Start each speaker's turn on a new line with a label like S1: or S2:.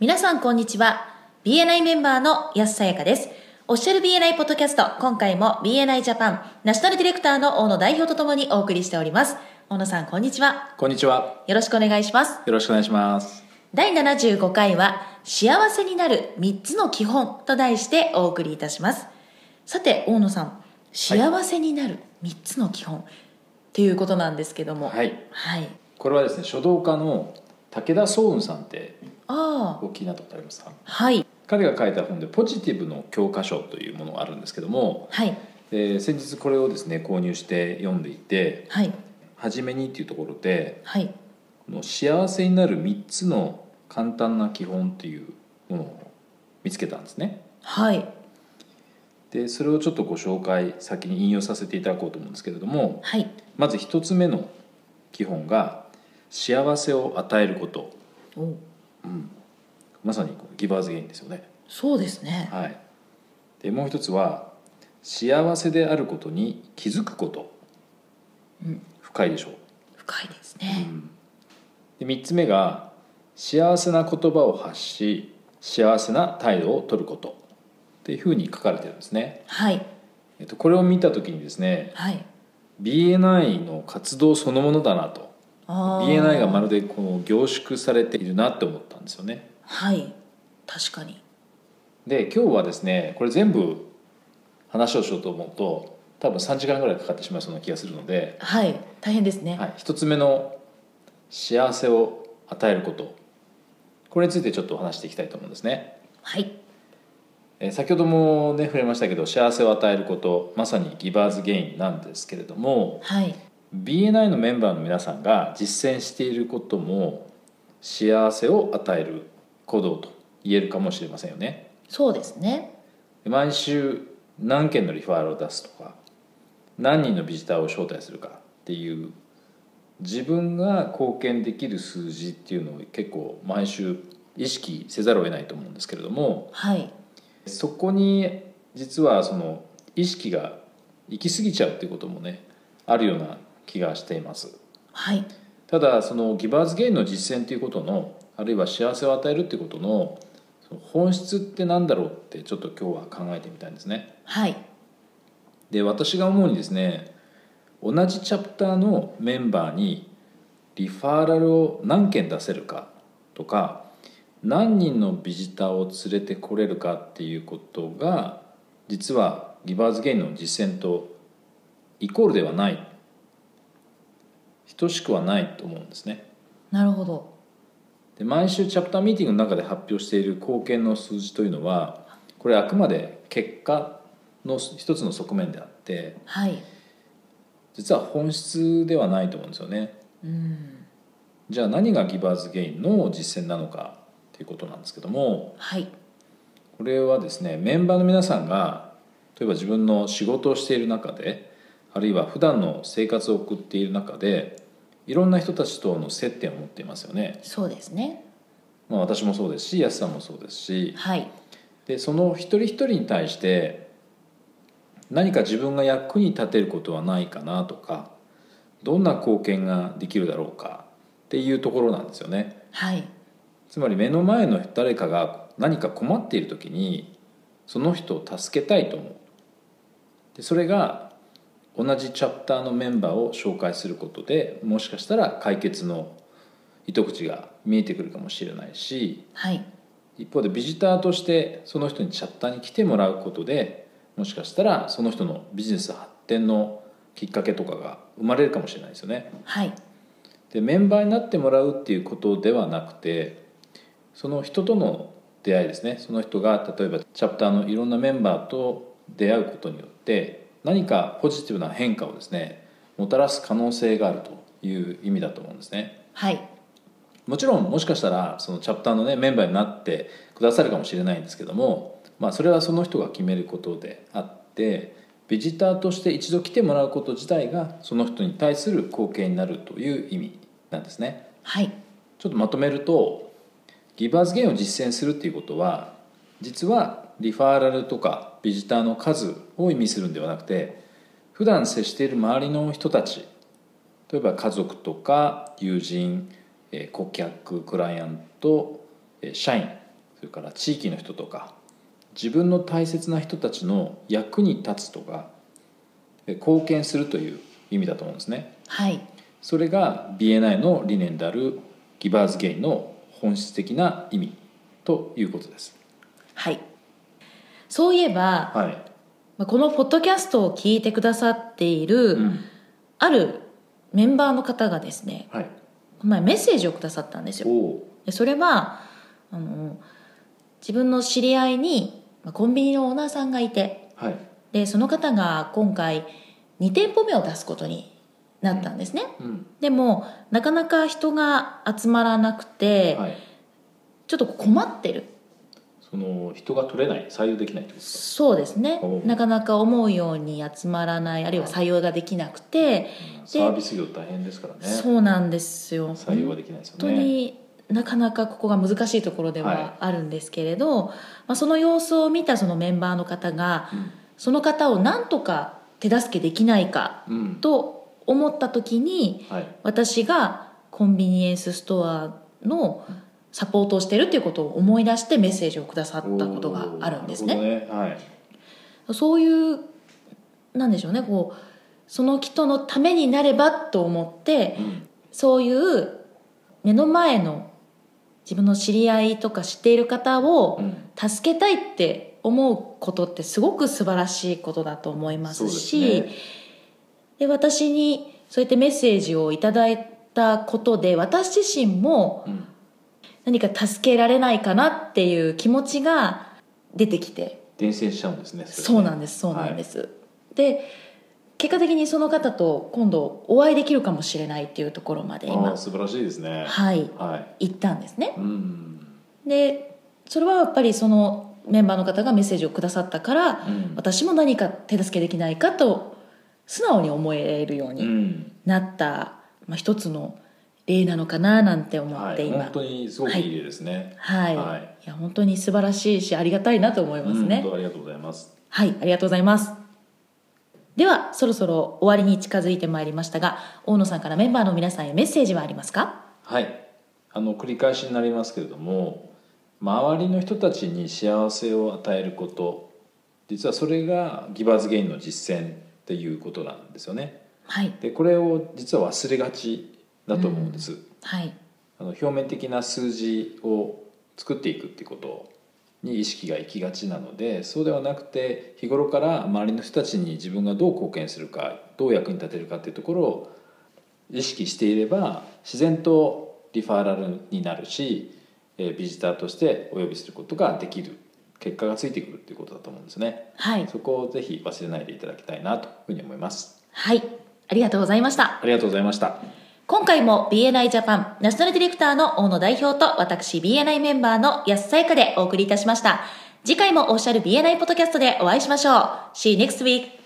S1: 皆さんこんにちは BNI メンバーの安さやかですオフィシャル BNI ポッドキャスト今回も BNI ジャパンナショナルディレクターの大野代表とともにお送りしております大野さんこんにちは
S2: こんにちは。
S1: よろしくお願いします
S2: よろしくお願いします。
S1: 第75回は「幸せになる3つの基本」と題してお送りいたしますさて大野さん「幸せになる3つの基本」っていうことなんですけども
S2: はい。
S1: はい、
S2: これはですね、書道家の武田壮雲さんって
S1: ああ
S2: お聞きになったことありますか
S1: はい
S2: 彼が書いた本で「ポジティブの教科書」というものがあるんですけども、
S1: はい
S2: えー先日これをですね購入して読んでいて
S1: はい
S2: 「はじめに」っていうところで
S1: はい
S2: この幸せになる3つの簡単な基本というものを見つけたんですね。
S1: はい
S2: でそれをちょっとご紹介先に引用させていただこうと思うんですけれども、
S1: はい
S2: まず一つ目の基本が幸せを与えること
S1: お
S2: まさにこうギバーズゲインですよね、
S1: そうですね
S2: はい、でもう一つは幸せであることに気づくこと、深いでしょう、
S1: 深いですね
S2: で3つ目が幸せな言葉を発し幸せな態度を取ることっていうふうに書かれてるんですね、
S1: はい
S2: えっと、これを見た時にですね
S1: はい
S2: BNI の活動そのものだなと
S1: ああ
S2: BNI がまるでこの凝縮されているなって思ったんですよね
S1: はい確かに
S2: で今日はですねこれ全部話をしようと思うと多分3時間ぐらいかかってしまいそうな気がするので、
S1: はい大変ですね
S2: はい、1つ目の幸せを与えることこれについてちょっとお話していきたいと思うんですね、
S1: はい
S2: えー先ほどもね触れましたけど幸せを与えることまさにギバーズゲインなんですけれども
S1: はい、
S2: BNI のメンバーの皆さんが実践していることも幸せを与える行動と言えるかもしれませんよね
S1: そうですね
S2: 毎週何件のリファーラルを出すとか何人のビジターを招待するかっていう自分が貢献できる数字っていうのを結構毎週意識せざるを得ないと思うんですけれども
S1: はい
S2: そこに実はその意識が行き過ぎちゃうっていうこともねあるような気がしています。
S1: はい
S2: ただそのギバーズゲインの実践ということのあるいは幸せを与えるということのその本質って何だろうってちょっと今日は考えてみたいんですね。
S1: はい
S2: で私が思うにですね同じチャプターのメンバーにリファーラルを何件出せるかとか何人のビジターを連れてこれるかっていうことが実はギバーズゲインの実践とイコールではない等しくはないと思うんですね。
S1: なるほど
S2: で毎週チャプターミーティングの中で発表している貢献の数字というのはこれあくまで結果の一つの側面であって
S1: はい
S2: 実は本質ではないと思うんですよね。じゃあ何がギバーズゲインの実践なのかということなんですけども
S1: はい
S2: これはですねメンバーの皆さんが例えば自分の仕事をしている中であるいは普段の生活を送っている中でいろんな人たちとの接点を持っていますよね。
S1: そうですね
S2: まあ、私もそうですし安さんもそうですし
S1: はい
S2: でその一人一人に対して何か自分が役に立てることはないかなとかどんな貢献ができるだろうかっていうところなんですよね。
S1: はい
S2: つまり目の前の誰かが何か困っている時にその人を助けたいと思う。でそれが同じチャプターのメンバーを紹介することでもしかしたら解決の糸口が見えてくるかもしれないし
S1: はい
S2: 一方でビジターとしてその人にチャッターに来てもらうことでもしかしたらその人のビジネス発展のきっかけとかが生まれるかもしれないですよね。
S1: はい
S2: でメンバーになってもらうっていうことではなくてその人との出会いですねその人が例えばチャプターのいろんなメンバーと出会うことによって何かポジティブな変化をですねもたらす可能性があるという意味だと思うんですね。
S1: はい
S2: もちろんもしかしたらそのチャプターのねメンバーになってくださるかもしれないんですけども、まあ、それはその人が決めることであってビジターとして一度来てもらうこと自体がその人に対する貢献になるという意味なんですね。
S1: はい
S2: ちょっとまとめるとギバーズゲインを実践するっていうことは実はリファーラルとかビジターの数を意味するんではなくて普段接している周りの人たち例えば家族とか友人えー顧客クライアントえー社員それから地域の人とか自分の大切な人たちの役に立つとかえ貢献するという意味だと思うんですね。
S1: はい
S2: それが BNI の理念であるギバーズ・ゲインの本質的な意味ということです。
S1: はいそういえば、
S2: はい、
S1: まあこのポッドキャストを聞いてくださっている、
S2: うん
S1: あるメンバーの方がですね
S2: はい、
S1: この前メッセージをくださったんです
S2: お
S1: よ
S2: お
S1: でそれはあの自分の知り合いにまあコンビニのオーナーさんがいて
S2: はい
S1: でその方が今回2店舗目を出すことになったんですね、
S2: うん
S1: でもなかなか人が集まらなくて、
S2: はい、
S1: ちょっと困ってる
S2: その人が取れない採用できないってことです
S1: そうですね
S2: おう
S1: なかなか思うように集まらないあるいは採用ができなくて、
S2: か、うんサービス業大変ですからね
S1: そうなんですよ
S2: 採用ができないですよね
S1: 本当になかなかここが難しいところで
S2: はい
S1: はあるんですけれど、まあ、その様子を見たそのメンバーの方が
S2: うん
S1: その方を何とか手助けできないか
S2: うん
S1: と思った時に
S2: はい、
S1: 私がコンビニエンスストアのサポートをしてるっていうことを思い出してメッセージをくださったことがあるんですね。
S2: おーなるほどねはい
S1: そういうなんでしょうねこうその人のためになればと思って
S2: うん
S1: そういう目の前の自分の知り合いとか知っている方
S2: う
S1: を
S2: ん
S1: 助けたいって思うことってすごく素晴らしいことだと思いま
S2: そう
S1: す
S2: です
S1: し
S2: ね
S1: で、私にそうやってメッセージをいただいたことで私自身も
S2: うん
S1: 何か助けられないかなっていう気持ちが出てきて
S2: 伝染しちゃうんですねれね
S1: そうなんですそうなんです、で結果的にその方と今度お会いできるかもしれないっていうところまで
S2: はい、あ
S1: 今
S2: ー素晴らしいですね
S1: はい
S2: はい
S1: 行ったんですね
S2: うん
S1: でそれはやっぱりそのメンバーの方がメッセージをくださったから、
S2: うん
S1: 私も何か手助けできないかと素直に思えるよう
S2: う
S1: に
S2: ん
S1: なった、まあ、一つの例なのかななんて思
S2: は
S1: っ
S2: い
S1: て今、
S2: 本当にすごくいい例ですね、
S1: はい、
S2: はい
S1: い、や本当に素晴らしいしありがたいなと思いますね、
S2: うん本当ありがとうございます
S1: はい、ありがとうございます。では、そろそろ終わりに近づいてまいりましたが、大野さんからメンバーの皆さんへメッセージはありますか
S2: はい、あの繰り返しになりますけれども周りの人たちに幸せを与えること実はそれがギバーズ・ゲインの実践っていうことなんですよね。
S1: はい、
S2: でこれを実は忘れがちだと思うんです。
S1: はい、
S2: あの表面的な数字を作っていくっていうことに意識が行きがちなのでそうではなくて日頃から周りの人たちに自分がどう貢献するかどう役に立てるかっていうところを意識していれば自然とリファーラルになるしえービジターとしてお呼びすることができる結果がついてくるっていうことだと思うんですね
S1: はい、
S2: そこをぜひ忘れないでいただきたいなというふうに思います
S1: はい、ありがとうございました。
S2: ありがとうございました
S1: 今回も BNI ジャパンナショナルディレクターの大野代表と私 BNI メンバーの安さやかでお送りいたしました。次回もオフィシャル BNI ポッドキャストでお会いしましょう。See you next week!